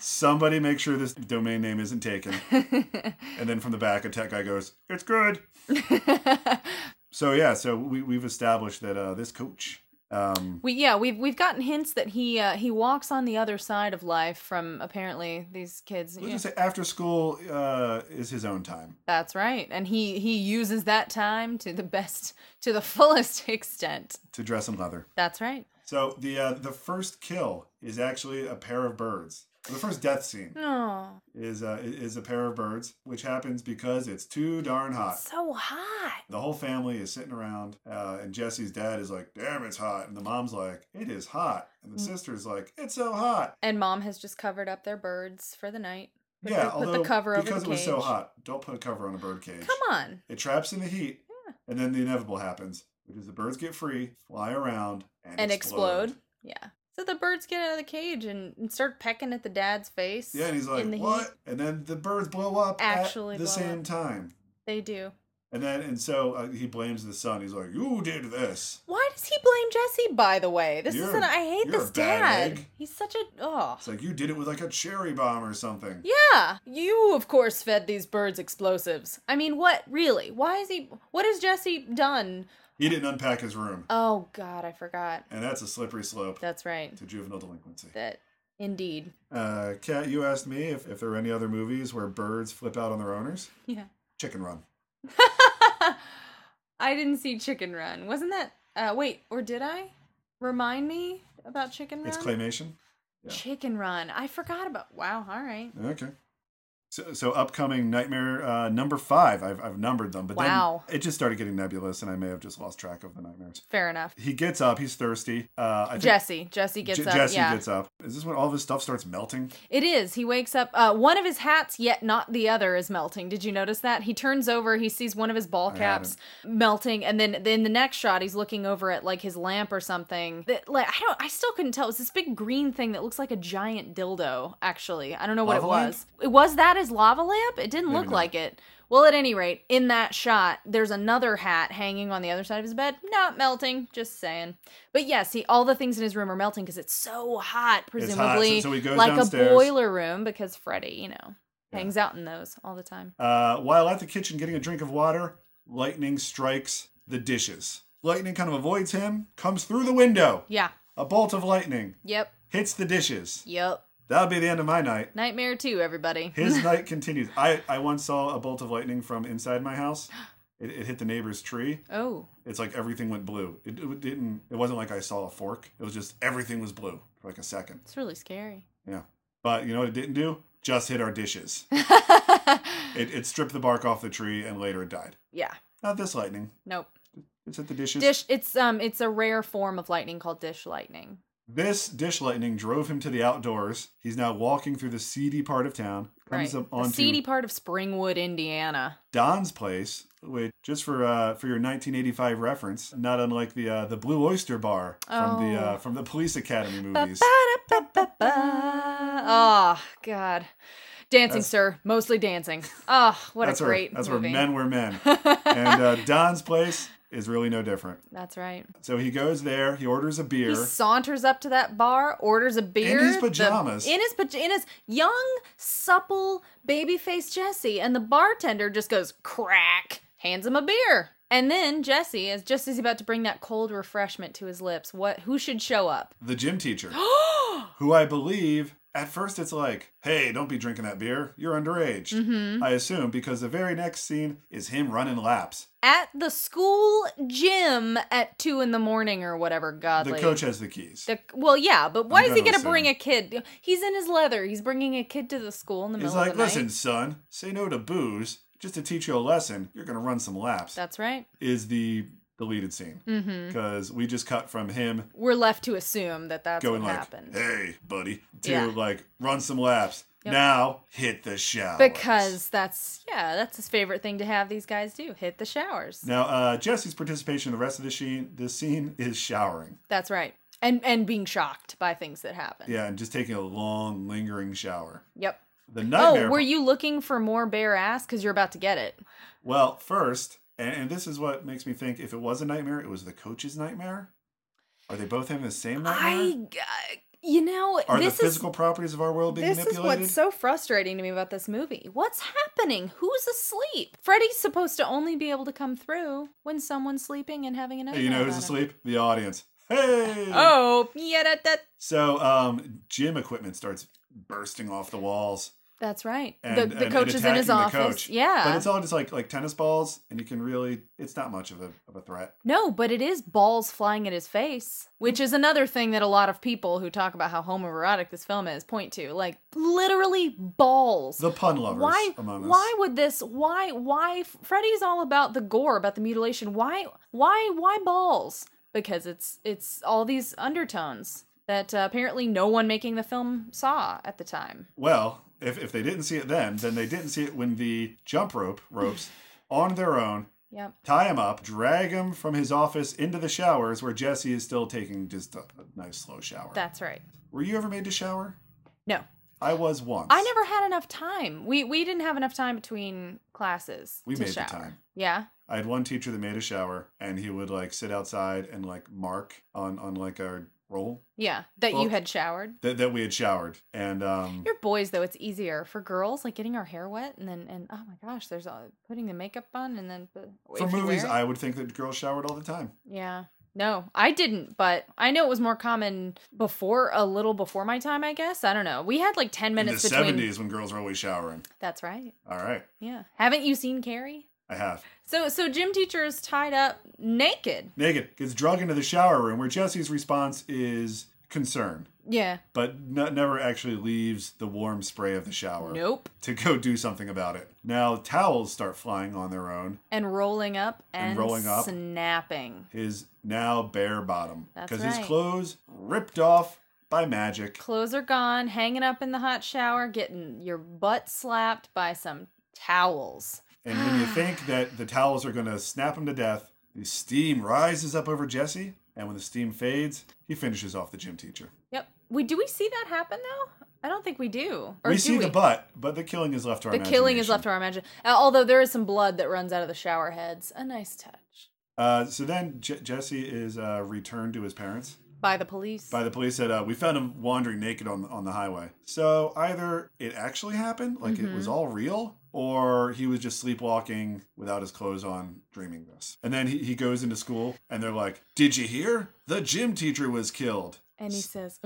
S1: Somebody make sure this domain name isn't taken. and then from the back, a tech guy goes, "It's good." so yeah, so we we've established that uh, this coach, um,
S9: We yeah we've we've gotten hints that he uh, he walks on the other side of life from apparently these kids.
S1: let's
S9: Yeah,
S1: just say after school uh, is his own time.
S9: that's right, and he he uses that time to the best to the (laughs) fullest extent.
S1: to dress in leather.
S9: That's right.
S1: So the uh, the first kill is actually a pair of birds. The first death scene
S9: Oh,
S1: is uh, i- is a pair of birds, which happens because it's too darn hot.
S9: so hot.
S1: The whole family is sitting around, uh, and Jesse's dad is like, "Damn, it's hot," and the mom's like, "It is hot," and
S9: Mm.
S1: the sister's like, "It's so hot."
S9: And mom has just covered up their birds for the night. Put
S1: yeah,
S9: the- put the
S1: although
S9: cover over the
S1: because it was so
S9: cage.
S1: hot, don't put a cover on a bird cage.
S9: Come on.
S1: It traps in the heat,
S9: Yeah.
S1: and then the inevitable happens, which is the birds get free, fly around, and,
S9: And explode. Yeah. So the birds get out of the cage and, and start pecking at the dad's face.
S1: Yeah, and he's like,
S9: in the
S1: "What?"
S9: heat.
S1: And then the birds blow up
S9: Actually
S1: at the
S9: blow
S1: same
S9: up.
S1: time.
S9: They do.
S1: And then, and so uh, he blames the son. He's like, "You did this."
S9: Why does he blame Jesse, by the way? This
S1: You're-
S9: is an I hate
S1: you're a
S9: this
S1: bad
S9: dad.
S1: egg.
S9: He's such a oh.
S1: It's like you did it with like a cherry bomb or something.
S9: Yeah. You of course fed these birds explosives. I mean, what really? Why is he what has Jesse done?
S1: He didn't unpack his room,
S9: Oh god, I forgot.
S1: and that's a slippery slope
S9: That's right.
S1: to juvenile delinquency.
S9: That indeed. (laughs)
S1: Uh, Kat, you asked me if, if there are any other movies where birds flip out on their owners.
S9: Yeah. (laughs)
S1: Chicken Run.
S9: I didn't see Chicken Run. Wasn't that uh wait, or did I? Remind me about Chicken Run?
S1: It's claymation. yeah.
S9: Chicken Run. I forgot about Wow, all right.
S1: Okay. So, so upcoming Nightmare uh, number five. I've, I've numbered them, but
S9: Wow.
S1: then it just started getting nebulous, and I may have just lost track of the nightmares.
S9: Fair enough.
S1: He gets up. He's thirsty. Uh, I think
S9: Jesse. Jesse gets
S1: Je-
S9: up.
S1: Jesse
S9: yeah.
S1: gets up. Is this when all of his stuff starts melting?
S9: It is. He wakes up. Uh, one of his hats, yet not the other, is melting. Did you notice that? He turns over. He sees one of his ball
S1: I
S9: caps melting, and then in the next shot, he's looking over at like his lamp or something. That, like I don't. I still couldn't tell. It's this big green thing that looks like a giant dildo. Actually, I don't know what
S1: Lava
S9: it
S1: lamp?
S9: was. It was that his lava lamp. It didn't
S1: Maybe
S9: look
S1: not.
S9: like it. Well, at any rate, in that shot, there's another hat hanging on the other side of his bed, not melting. Just saying. But yes, he all the things in his room are melting because it's so
S1: hot,
S9: hot,
S1: so-
S9: presumably
S1: so he goes
S9: like
S1: downstairs.
S9: a boiler room because Freddy, you know,
S1: Yeah.
S9: hangs out in those all the time.
S1: Uh, while at the kitchen getting a drink of water, lightning strikes the dishes. Lightning kind of avoids him, comes through the window.
S9: Yeah.
S1: A bolt of lightning
S9: Yep.
S1: hits the dishes.
S9: Yep.
S1: That'll be the end of my night.
S9: Nightmare too, everybody.
S1: His
S9: (laughs)
S1: night continues. I, I once saw a bolt of lightning from inside my house. It, it hit the neighbor's tree.
S9: oh.
S1: It's like everything went blue. It, it didn't. It wasn't like I saw a fork. It was just everything was blue for like a second.
S9: It's really scary. (laughs)
S1: Yeah. But you know what it didn't do? Just hit our dishes. it, it stripped the bark off the tree and later it died.
S9: yeah.
S1: Not this lightning.
S9: Nope.
S1: It's at the dishes.
S9: Dish it's um it's a rare form of lightning called dish lightning.
S1: This dish lightning drove him to the outdoors. He's now walking through the seedy part of town. Comes
S9: right.
S1: up
S9: The
S1: onto
S9: seedy part of Springwood, Indiana.
S1: Don's place, which just for uh, for your 1985 reference, not unlike the uh, the Blue Oyster Bar from the uh,
S9: Oh.
S1: from the Police Academy movies. Ah.
S9: Oh God. Dancing,
S1: That's-
S9: sir. Mostly dancing. Oh, what
S1: that's
S9: a
S1: where-
S9: great
S1: that's
S9: movie.
S1: where men were
S9: (laughs)
S1: men. and uh, Don's place is really no different.
S9: That's right.
S1: So he goes there. He orders a beer.
S9: He saunters up to that bar, orders a beer
S1: his
S9: the-
S1: pajamas.
S9: in his paj- in his young, supple, baby-faced Jesse, and the bartender just goes crack, hands him a beer, and then Jesse, as just as he's about to bring that cold refreshment to his lips, what who should show up?
S1: the gym
S9: (gasps)
S1: teacher, who I believe at first it's like, hey, don't be drinking that beer. You're underage.
S9: Mm-hmm.
S1: I assume because the very next scene is him running laps.
S9: At the school gym at two in the morning or whatever. Godly.
S1: The coach has the keys.
S9: The- well, yeah, but why
S1: I'm
S9: is he
S1: gonna
S9: gonna bring a
S1: assume.
S9: kid? He's in his leather. He's bringing a kid to the school in the
S1: He's
S9: middle
S1: like,
S9: of the
S1: listen,
S9: night.
S1: son, say no to booze. Just to teach you a lesson, you're going to run some laps.
S9: That's right.
S1: is the deleted scene.
S9: Mm-hmm.
S1: Because we just cut from him
S9: We're left to assume that that's
S1: going
S9: what
S1: like,
S9: happened.
S1: hey, buddy, to
S9: Yeah.
S1: like, run some laps.
S9: Yep.
S1: Now, hit the shower.
S9: Because that's yeah, that's his favorite thing to have these guys do: hit the showers.
S1: Now, uh, Jesse's participation in the rest of the scene, this scene is showering.
S9: That's right, and and being shocked by things that happen.
S1: Yeah, and just taking a long, lingering shower.
S9: Yep.
S1: The nightmare.
S9: Oh, were you looking for more bare ass? Because you're about to get it.
S1: Well, first, and, and this is what makes me think if it was a nightmare, it was the coach's nightmare. Are they both having the same nightmare?
S9: I, uh, you know,
S1: Uh-huh. Are the
S9: this is
S1: physical properties of our world being
S9: this is
S1: manipulated?
S9: what's so frustrating to me about this movie. What's happening? Who's asleep? Freddy's supposed to only be able to come through when someone's sleeping and having a nightmare.
S1: Hey, you know who's
S9: about it.
S1: asleep? The audience. Hey!
S9: Oh, yeah, that that
S1: So, um, gym equipment starts bursting off the walls.
S9: That's right.
S1: and,
S9: the the
S1: and-
S9: coach
S1: and
S9: is in his
S1: attacking
S9: office.
S1: the coach.
S9: Yeah.
S1: but it's all just like like tennis balls, and you can really it's not much of a of a threat.
S9: No, but it is balls flying at his face, which is another thing that a lot of people who talk about how homoerotic this film is point to. Like literally balls.
S1: The pun lovers
S9: why
S1: among us.
S9: why would this why why Freddy's all about the gore, about the mutilation. Why why why balls? Because it's it's all these undertones that uh, apparently no one making the film saw at the time.
S1: Well, if if they didn't see it then, then they didn't see it when the jump rope ropes on their own
S9: Yep.
S1: tie him up, drag him from his office into the showers where Jesse is still taking just a, a nice slow shower.
S9: That's right.
S1: Were you ever made to shower?
S9: No.
S1: I was once.
S9: I never had enough time. We we didn't have enough time between classes.
S1: We
S9: to
S1: made the
S9: shower.
S1: time.
S9: Yeah.
S1: I had one teacher that made a shower, and he would like sit outside and like mark on on like our roll
S9: Yeah, that
S1: Well-
S9: you had showered.
S1: that, that we had showered, and um,
S9: Your boys though, it's easier for girls like getting our hair wet and then and oh my gosh, there's all putting the makeup on and then but
S1: for
S9: if you
S1: movies,
S9: wear it-
S1: I would think that girls showered all the time.
S9: yeah. No, I didn't, but I know it was more common before a little before my time, I guess. I don't know. We had like 10
S1: In the
S9: minutes between
S1: seventies, when girls were always showering.
S9: That's right.
S1: All right,
S9: Yeah. Haven't you seen Carrie?
S1: I have
S9: So so gym teacher is tied up naked.
S1: naked gets drug into the shower room, where Jesse's response is concern,
S9: Yeah.
S1: but n- never actually leaves the warm spray of the shower.
S9: Nope.
S1: To go do something about it. Now towels start flying on their own.
S9: And rolling up and,
S1: And rolling up.
S9: snapping.
S1: His now bare bottom
S9: That's
S1: because
S9: right.
S1: his clothes ripped off by magic.
S9: Clothes are gone, hanging up in the hot shower, getting your butt slapped by some towels.
S1: And when
S9: (sighs)
S1: you think that the towels are going to snap him to death, the steam rises up over Jesse. And when the steam fades, he finishes off the gym teacher.
S9: Yep. We do we see that happen though? I don't think we do.
S1: we
S9: do
S1: see the butt, but the killing is left to our
S9: The killing is
S1: imagination.
S9: left to our imagination. Although there is some blood that runs out of the shower heads. A nice touch
S1: Uh, so then Je- Jesse is uh, returned to his parents.
S9: by the police.
S1: By the police said, uh, "We found him wandering naked on on the highway." So either it actually happened, like it
S9: Mm-hmm.
S1: was all real, or he was just sleepwalking without his clothes on, dreaming this. And then he, he goes into school, and they're like, "Did you hear? The gym teacher was killed."
S9: and he says, (gasps)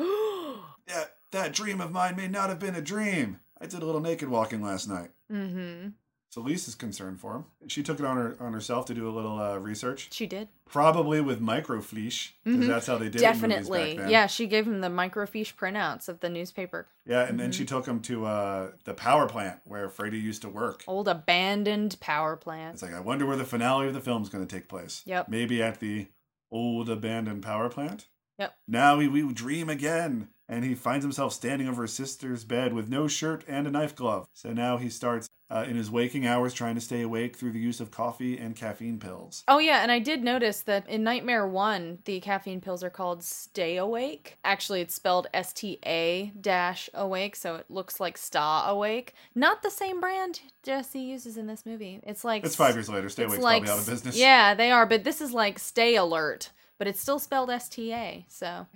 S1: That that dream of mine may not have been a dream. I did a little naked walking last night.
S9: "Mm-hmm."
S1: So Lisa's concerned for him. She took it on her on herself to do a little uh, research,
S9: She did
S1: probably with microfleeche, because that's how they did It in movies
S9: Mm-hmm. definitely.
S1: back then.
S9: Yeah, she gave him the microfiche printouts of the newspaper.
S1: Yeah, and then she
S9: Mm-hmm.
S1: took him to uh, the power plant where Freddy used to work.
S9: Old abandoned power plant.
S1: It's like I wonder where the finale of the film is going to take place.
S9: Yep.
S1: Maybe at the old abandoned power plant.
S9: Yep.
S1: Now we, we dream again, and he finds himself standing over his sister's bed with no shirt and a knife glove. So now he starts uh, in his waking hours trying to stay awake through the use of coffee and caffeine pills.
S9: Oh yeah, and I did notice that in Nightmare One, the caffeine pills are called Stay Awake. Actually, it's spelled S T A dash Awake, so it looks like Sta Awake. Not the same brand Jesse uses in this movie. It's like
S1: It's five years later. Stay
S9: it's
S1: awake's
S9: like-
S1: probably out of business.
S9: Yeah, they are, but this is like Stay Alert, but it's still spelled S T A. So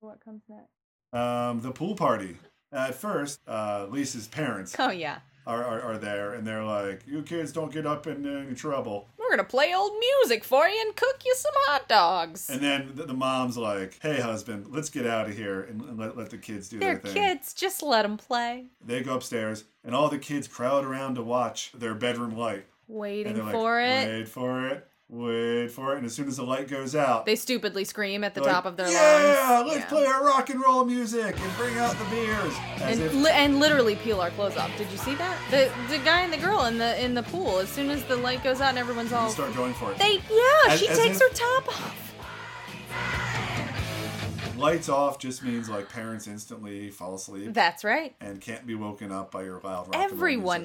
S9: what comes next?
S1: Um, the pool party. At first, uh, Lisa's parents
S9: Oh yeah,
S1: are, are, are there, and they're like, "You kids don't get up in any trouble."
S9: we're gonna play old music for you and cook you some hot dogs.
S1: And then the, the mom's like, "Hey, husband, let's get out of here and, and let, let the kids do
S9: They're
S1: their thing."
S9: kids, just let them play.
S1: They go upstairs, and all the kids crowd around to watch their bedroom light. and
S9: Waiting
S1: they're
S9: for
S1: like,
S9: it.
S1: Wait for it. Wait for it. And as soon as the light goes out,
S9: They stupidly scream at the
S1: they're
S9: top
S1: like,
S9: of their
S1: yeah,
S9: lungs.
S1: let's play our rock and roll music and bring out the beers. As
S9: And,
S1: if
S9: li- and literally peel our clothes off. Did you see that? The the guy and the girl in the in the pool. As soon as the light goes out and everyone's all
S1: they start going for it.
S9: they yeah.
S1: As-
S9: she
S1: as if-
S9: takes her top off.
S1: Lights off just means like parents instantly fall asleep
S9: That's right.
S1: and can't be woken up by your loud rock and roll
S9: Everyone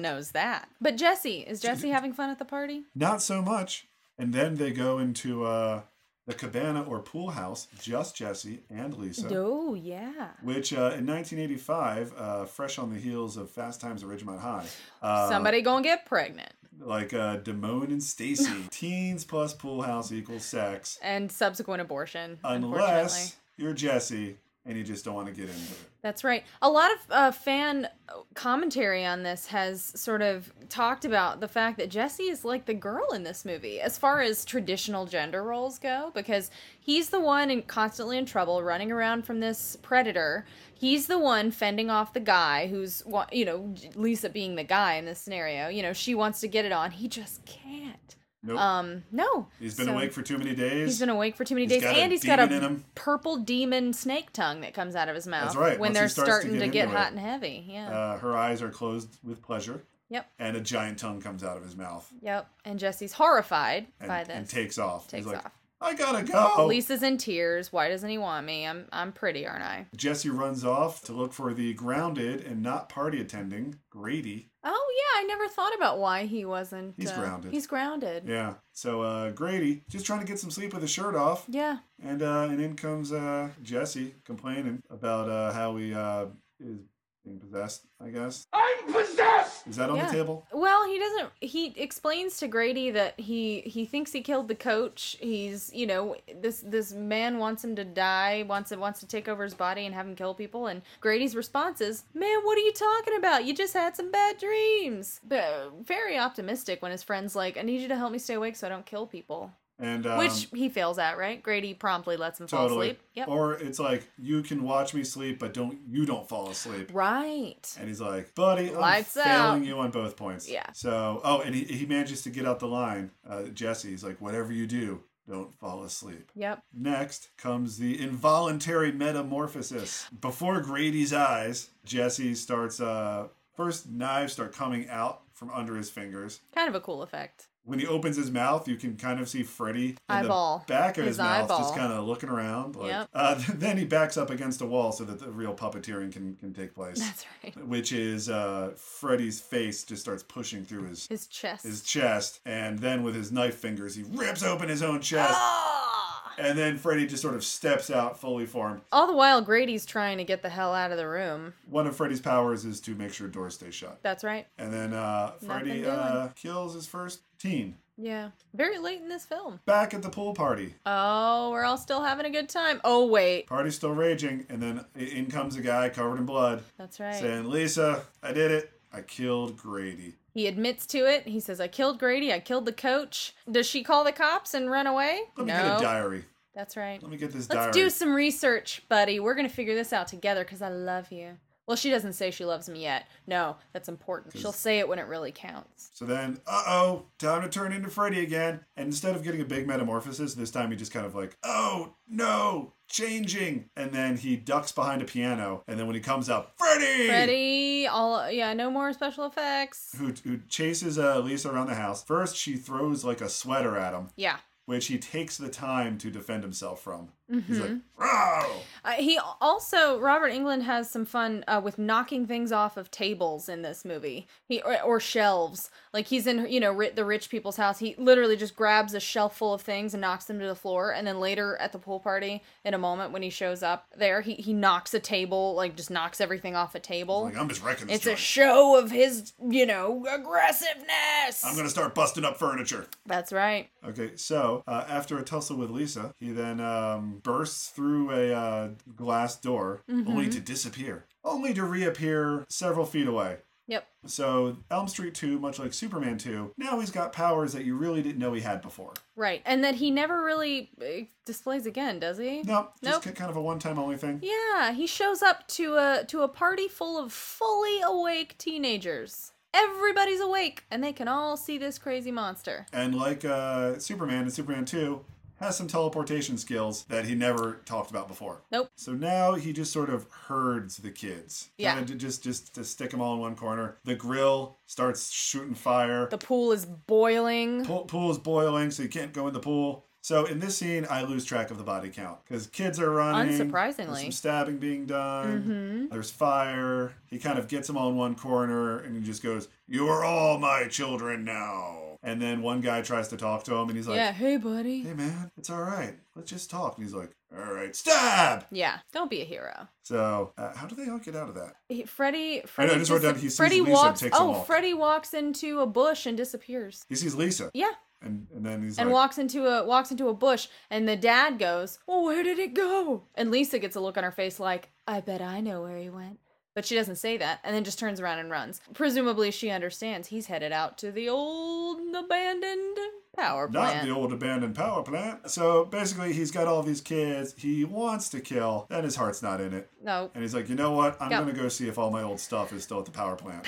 S1: music.
S9: knows that. But Jesse is Jesse having fun at the party?
S1: Not so much. And then they go into uh, the cabana or pool house, just Jesse and Lisa.
S9: Oh yeah.
S1: Which uh, in 1985, uh, fresh on the heels of Fast Times at Ridgemont High, uh,
S9: Somebody gonna get pregnant.
S1: like uh, Damone and
S9: (laughs)
S1: Stacy, teens plus pool house equals sex,
S9: And subsequent abortion.
S1: unless
S9: unfortunately.
S1: you're Jesse and you just don't want to get into it.
S9: That's right. A lot of uh, fan commentary on this has sort of talked about the fact that Jesse is like the girl in this movie as far as traditional gender roles go, because he's the one in, constantly in trouble, running around from this predator. He's the one fending off the guy who's, wa- you know, Lisa being the guy in this scenario. You know, she wants to get it on. He just can't.
S1: Nope.
S9: Um, no.
S1: he's been
S9: So-
S1: awake for too many days.
S9: He's been awake for too many
S1: He's
S9: days,
S1: got a
S9: and he's got a
S1: demon in him.
S9: purple demon snake tongue that comes out of his mouth.
S1: That's right, once
S9: When
S1: he
S9: they're
S1: starts to
S9: starting
S1: get
S9: to get,
S1: into it.
S9: hot and heavy. Yeah.
S1: uh, her eyes are closed with pleasure,
S9: yep.
S1: and a giant tongue comes out of his mouth
S9: Yep. And Jesse's horrified
S1: and, oh.
S9: by
S1: and
S9: this.
S1: takes off.
S9: Takes
S1: he's like,
S9: off.
S1: I gotta go.
S9: Lisa's in tears. Why doesn't he want me? I'm I'm pretty, aren't I?
S1: Jesse runs off to look for the grounded and not party attending Grady.
S9: Oh yeah, I never thought about why he wasn't. uh,
S1: He's grounded.
S9: He's grounded. Yeah.
S1: Yeah. So uh, Grady just trying to get some sleep with his shirt off, and uh, and in comes uh, Jesse complaining about uh, how he uh, is being possessed. I guess
S8: I'm possessed!
S1: is that on
S9: Yeah.
S1: the table?
S9: Well, he doesn't. He explains to Grady that he he thinks he killed the coach. He's you know this this man wants him to die. wants wants to take over his body and have him kill people. And Grady's response is, "Man, what are you talking about? You just had some bad dreams." But uh, very optimistic when his friends like, "I need you to help me stay awake so I don't kill people,"
S1: And um,
S9: which he fails at. Right? Grady promptly lets him fall
S1: totally. Oh.
S9: asleep. Yep.
S1: Or it's like you can watch me sleep, but don't you don't fall asleep.
S9: right.
S1: And he's like, buddy, I'm
S9: Lights
S1: failing
S9: out."
S1: you on both points.
S9: Yeah.
S1: So, oh, and he, he manages to get out the line. Uh, Jesse, he's like, whatever you do, don't fall asleep.
S9: Yep.
S1: Next comes the involuntary metamorphosis. Before Grady's eyes, Jesse starts, uh, first knives start coming out from under his fingers.
S9: Kind of a cool effect. (laughs)
S1: When he opens his mouth, you can kind of see Freddy in
S9: Eyeball.
S1: the back of his,
S9: His
S1: mouth, just
S9: eyeball.
S1: kind of looking around. Like,
S9: Yep.
S1: uh, (laughs) then he backs up against a wall so that the real puppeteering can, can take place
S9: (laughs) That's right.
S1: which is uh, Freddy's face just starts pushing through his
S9: His chest.
S1: his chest, and then with his knife fingers, he rips open his own chest,
S9: Ah!
S1: and then Freddy just sort of steps out fully formed.
S9: All the while, Grady's trying to get the hell out of the room.
S1: One of Freddy's powers is to make sure doors stay shut,
S9: That's right.
S1: and then uh, Freddy
S9: doing.
S1: uh, kills his first teen.
S9: Yeah. Very late in this film.
S1: Back at the pool party,
S9: Oh, we're all still having a good time. Oh, wait.
S1: party's still raging, and then i- in comes a guy covered in blood,
S9: That's right.
S1: saying, "Lisa, I did it. I killed Grady."
S9: He admits to it. He says, I killed Grady. I killed the coach. Does she call the cops and run away?
S1: Let me get a
S9: No.
S1: diary.
S9: That's right.
S1: Let me get this diary.
S9: Let's do some research, buddy. We're going to figure this out together because I love you. Well, she doesn't say she loves me yet. No, that's important. She'll say it when it really counts.
S1: So then, uh oh, time to turn into Freddy again. And instead of getting a big metamorphosis, this time he just kind of like, oh no, changing. And then he ducks behind a piano. And then when he comes out, Freddy!
S9: Freddy, all yeah, no more special effects.
S1: Who, who chases uh, Lisa around the house. First, she throws like a sweater at him,
S9: Yeah.
S1: which he takes the time to defend himself from. He's like, "Row!"
S9: Uh, he also Robert England has some fun uh, with knocking things off of tables in this movie. He or, or shelves. Like he's in you know ri- the rich people's house. He literally just grabs a shelf full of things and knocks them to the floor. And then later at the pool party, in a moment when he shows up there, he he knocks a table like just knocks everything off a table.
S1: Like, I'm just wrecking this
S9: it's a
S1: joint.
S9: show of his you know aggressiveness.
S1: I'm going to start busting up furniture.
S9: That's right.
S1: Okay, so uh, after a tussle with Lisa, he then um, bursts through a uh, glass door, only to disappear, only to reappear several feet away.
S9: Yep.
S1: So, Elm Street 2, much like Superman 2, now he's got powers that you really didn't know he had before.
S9: Right. And that he never really uh, displays again, does he?
S1: Nope, just
S9: Nope.
S1: ki- kind of a one time only thing.
S9: Yeah, he shows up to a to a party full of fully awake teenagers. Everybody's awake and they can all see this crazy monster.
S1: And like uh, Superman in Superman 2, has some teleportation skills that he never talked about before.
S9: Nope.
S1: So now he just sort of herds the kids.
S9: Yeah.
S1: Kinda just just to stick them all in one corner. The grill starts shooting fire.
S9: The pool is boiling.
S1: pool, pool is boiling, so you can't go in the pool. So in this scene, I lose track of the body count because kids are running. There's
S9: Unsurprisingly. Mm-hmm.
S1: some stabbing being done. There's fire. He kind of gets them all in one corner, and he just goes, "You are all my children now." And then one guy tries to talk to him, and he's like,
S9: yeah, hey buddy.
S1: "Hey man, it's all right. Let's just talk." And he's like, "All right, stab."
S9: Yeah, don't be a hero.
S1: So uh, how do they all get out of that?
S9: He- Freddy, Freddy,
S1: I just wrote
S9: dis-
S1: down he sees
S9: Freddy
S1: Lisa and
S9: walks.
S1: takes a
S9: oh,
S1: walk.
S9: Freddy walks into a bush and disappears.
S1: He sees Lisa.
S9: Yeah,
S1: And, and then he's
S9: and
S1: like,
S9: walks into a walks into a bush and the dad goes well where did it go and lisa gets a look on her face like i bet i know where he went but she doesn't say that and then just turns around and runs presumably she understands he's headed out to the old abandoned power
S1: not
S9: plant
S1: the old abandoned power plant. So basically, he's got all these kids he wants to kill, and his heart's not in it.
S9: no
S1: And he's like, you know what? I'm
S9: Go.
S1: going to go see if all my old stuff is still at the power
S9: (laughs)
S1: plant.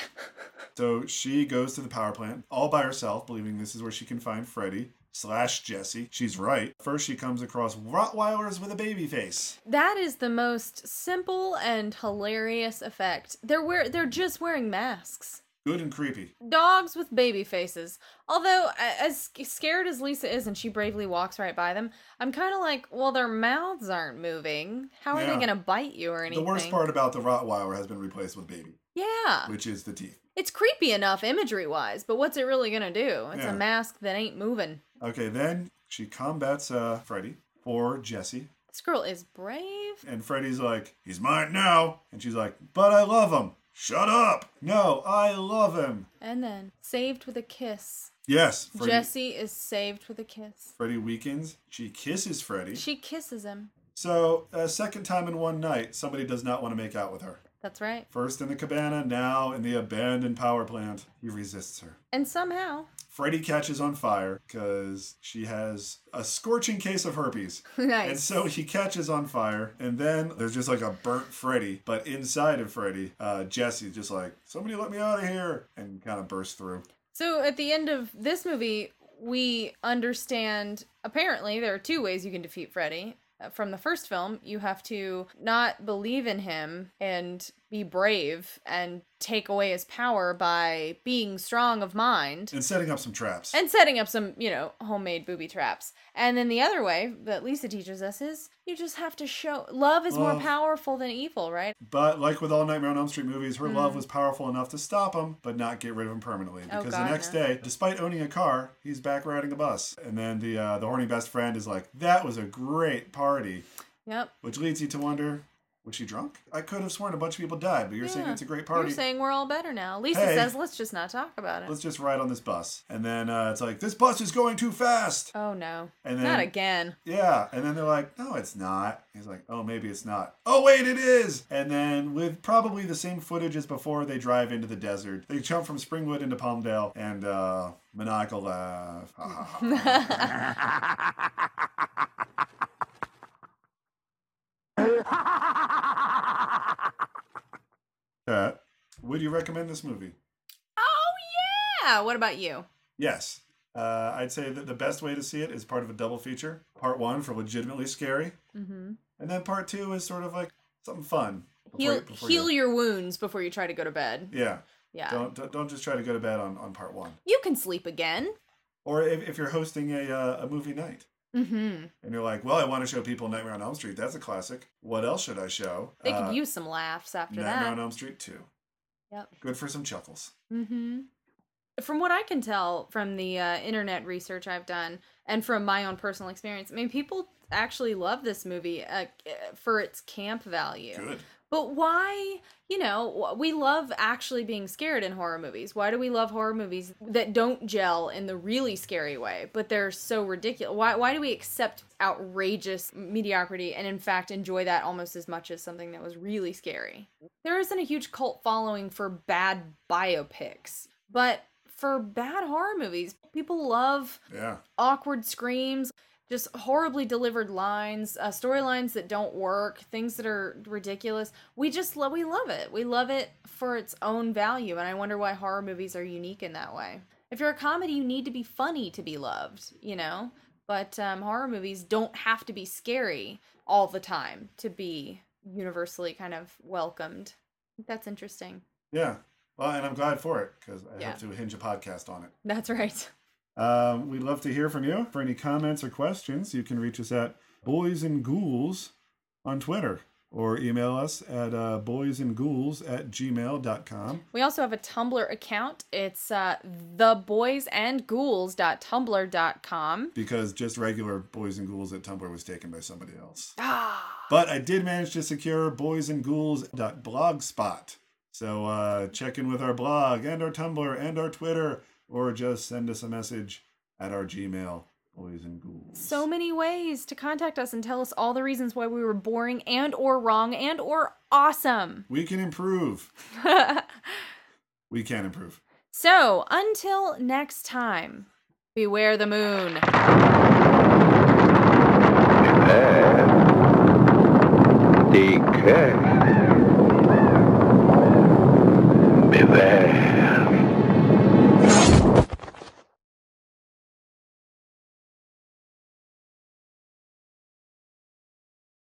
S1: so she goes to the power plant all by herself, believing this is where she can find Freddy slash Jesse. She's right. First, she comes across Rottweilers with a baby face.
S9: that is the most simple and hilarious effect they're wear they're just wearing masks
S1: Good and creepy.
S9: dogs with baby faces. Although, a- as sc- scared as Lisa is and she bravely walks right by them, I'm kind of like, well, their mouths aren't moving. How are
S1: Yeah.
S9: they going to bite you or anything?
S1: The worst part about the Rottweiler has been replaced with baby,
S9: Yeah.
S1: which is the teeth.
S9: It's creepy enough imagery wise, but what's it really going to do? It's
S1: Yeah.
S9: a mask that ain't moving.
S1: Okay, then she combats uh, Freddy or Jesse.
S9: This girl is brave.
S1: And Freddy's like, he's mine now. And she's like, but I love him. Shut up. No, I love him.
S9: And then, saved with a kiss.
S1: Yes, Freddy,
S9: Jesse is saved with a kiss.
S1: Freddy weakens. She kisses Freddy.
S9: She kisses him.
S1: so, uh, second time in one night, somebody does not want to make out with her.
S9: That's right.
S1: First in the cabana, now in the abandoned power plant. He resists her.
S9: And somehow, (laughs)
S1: Freddy catches on fire because she has a scorching case of herpes.
S9: nice.
S1: And so he catches on fire, and then there's just like a burnt Freddy, but inside of Freddy, uh, Jesse's just like, somebody let me out of here, and kind of bursts through.
S9: So at the end of this movie, we understand apparently there are two ways you can defeat Freddy. Uh, From the first film, you have to not believe in him and be brave and take away his power by being strong of mind
S1: And setting up some traps.
S9: and setting up some, you know, homemade booby traps. And then the other way that Lisa teaches us is you just have to show love is more
S1: Love.
S9: powerful than evil, right?
S1: But like with all Nightmare on Elm Street movies, her love was powerful enough to stop him, but not get rid of him permanently.
S9: Hmm. Oh,
S1: Because the
S9: God,
S1: next
S9: no.
S1: day, despite owning a car, he's back riding a bus. And then the uh, the horny best friend is like, "That was a great party,"
S9: Yep.
S1: which leads you to wonder, was she drunk? I could have sworn a bunch of people died, but you're saying
S9: Yeah.
S1: it's a great
S9: You're
S1: party.
S9: saying we're all better now. Lisa
S1: Hey.
S9: says, let's just not talk about it.
S1: Let's just ride on this bus. And then uh, it's like, "This bus is going too fast."
S9: Oh no.
S1: And
S9: Not
S1: then-
S9: again.
S1: Yeah, and then they're like, "No, it's not." He's like, "Oh, maybe it's not." Oh, wait, it is. And then with probably the same footage as before, they drive into the desert. They jump from Springwood into Palmdale, and uh, maniacal laugh. Ha, ha, ha. (laughs) Kat, would you recommend this movie?
S9: Oh yeah. What about you?
S1: Yes. Uh, I'd say that the best way to see it is part of a double feature. Part one for legitimately scary,
S9: Mm-hmm.
S1: and then part two is sort of like something fun.
S9: Heal
S1: before you-
S9: heal your wounds before you try to go to bed.
S1: Yeah.
S9: Yeah.
S1: Don't don't- don't just try to go to bed on, on part one.
S9: You can sleep again.
S1: Or if, if you're hosting a uh, a movie night
S9: Mm-hmm.
S1: and you're like, well, I want to show people Nightmare on Elm Street. That's a classic. What else should I show?
S9: They
S1: Uh,
S9: could use some laughs after
S1: Nightmare
S9: that.
S1: on Elm Street two.
S9: Yep.
S1: Good for some chuckles.
S9: Mm-hmm. From what I can tell from the uh, internet research I've done and from my own personal experience, I mean, people actually love this movie uh, for its camp value.
S1: Good.
S9: But why, you know, wh- we love actually being scared in horror movies. Why do we love horror movies that don't gel in the really scary way, but they're so ridiculous? Why why do we accept outrageous mediocrity and in fact enjoy that almost as much as something that was really scary? There isn't a huge cult following for bad biopics, but for bad horror movies, people love
S1: Yeah.
S9: awkward screams, just horribly delivered lines, uh, storylines that don't work, things that are ridiculous. We just love we love it. We love it for its own value, and I wonder why horror movies are unique in that way. If you're a comedy, you need to be funny to be loved, you know. But um, horror movies don't have to be scary all the time to be universally kind of welcomed. I think that's interesting.
S1: Yeah. Well, and I'm glad for it because I
S9: Yeah.
S1: have to hinge a podcast on it.
S9: That's right. (laughs)
S1: Um, we'd love to hear from you. For any comments or questions, you can reach us at Boys and Ghouls on Twitter or email us at uh, boysandghouls at gmail.com.
S9: We also have a Tumblr account. It's uh, theboysandghouls.tumblr.com.
S1: because just regular boys and ghouls at Tumblr was taken by somebody else.
S9: Ah,
S1: But I did manage to secure boysandghouls.blogspot. So uh, check in with our blog and our Tumblr and our Twitter, or just send us a message at our Gmail, boys and ghouls.
S9: so many ways to contact us and tell us all the reasons why we were boring and or wrong and or awesome.
S1: we can improve. We can improve.
S9: so, until next time, beware the moon.
S4: Decay. Beware.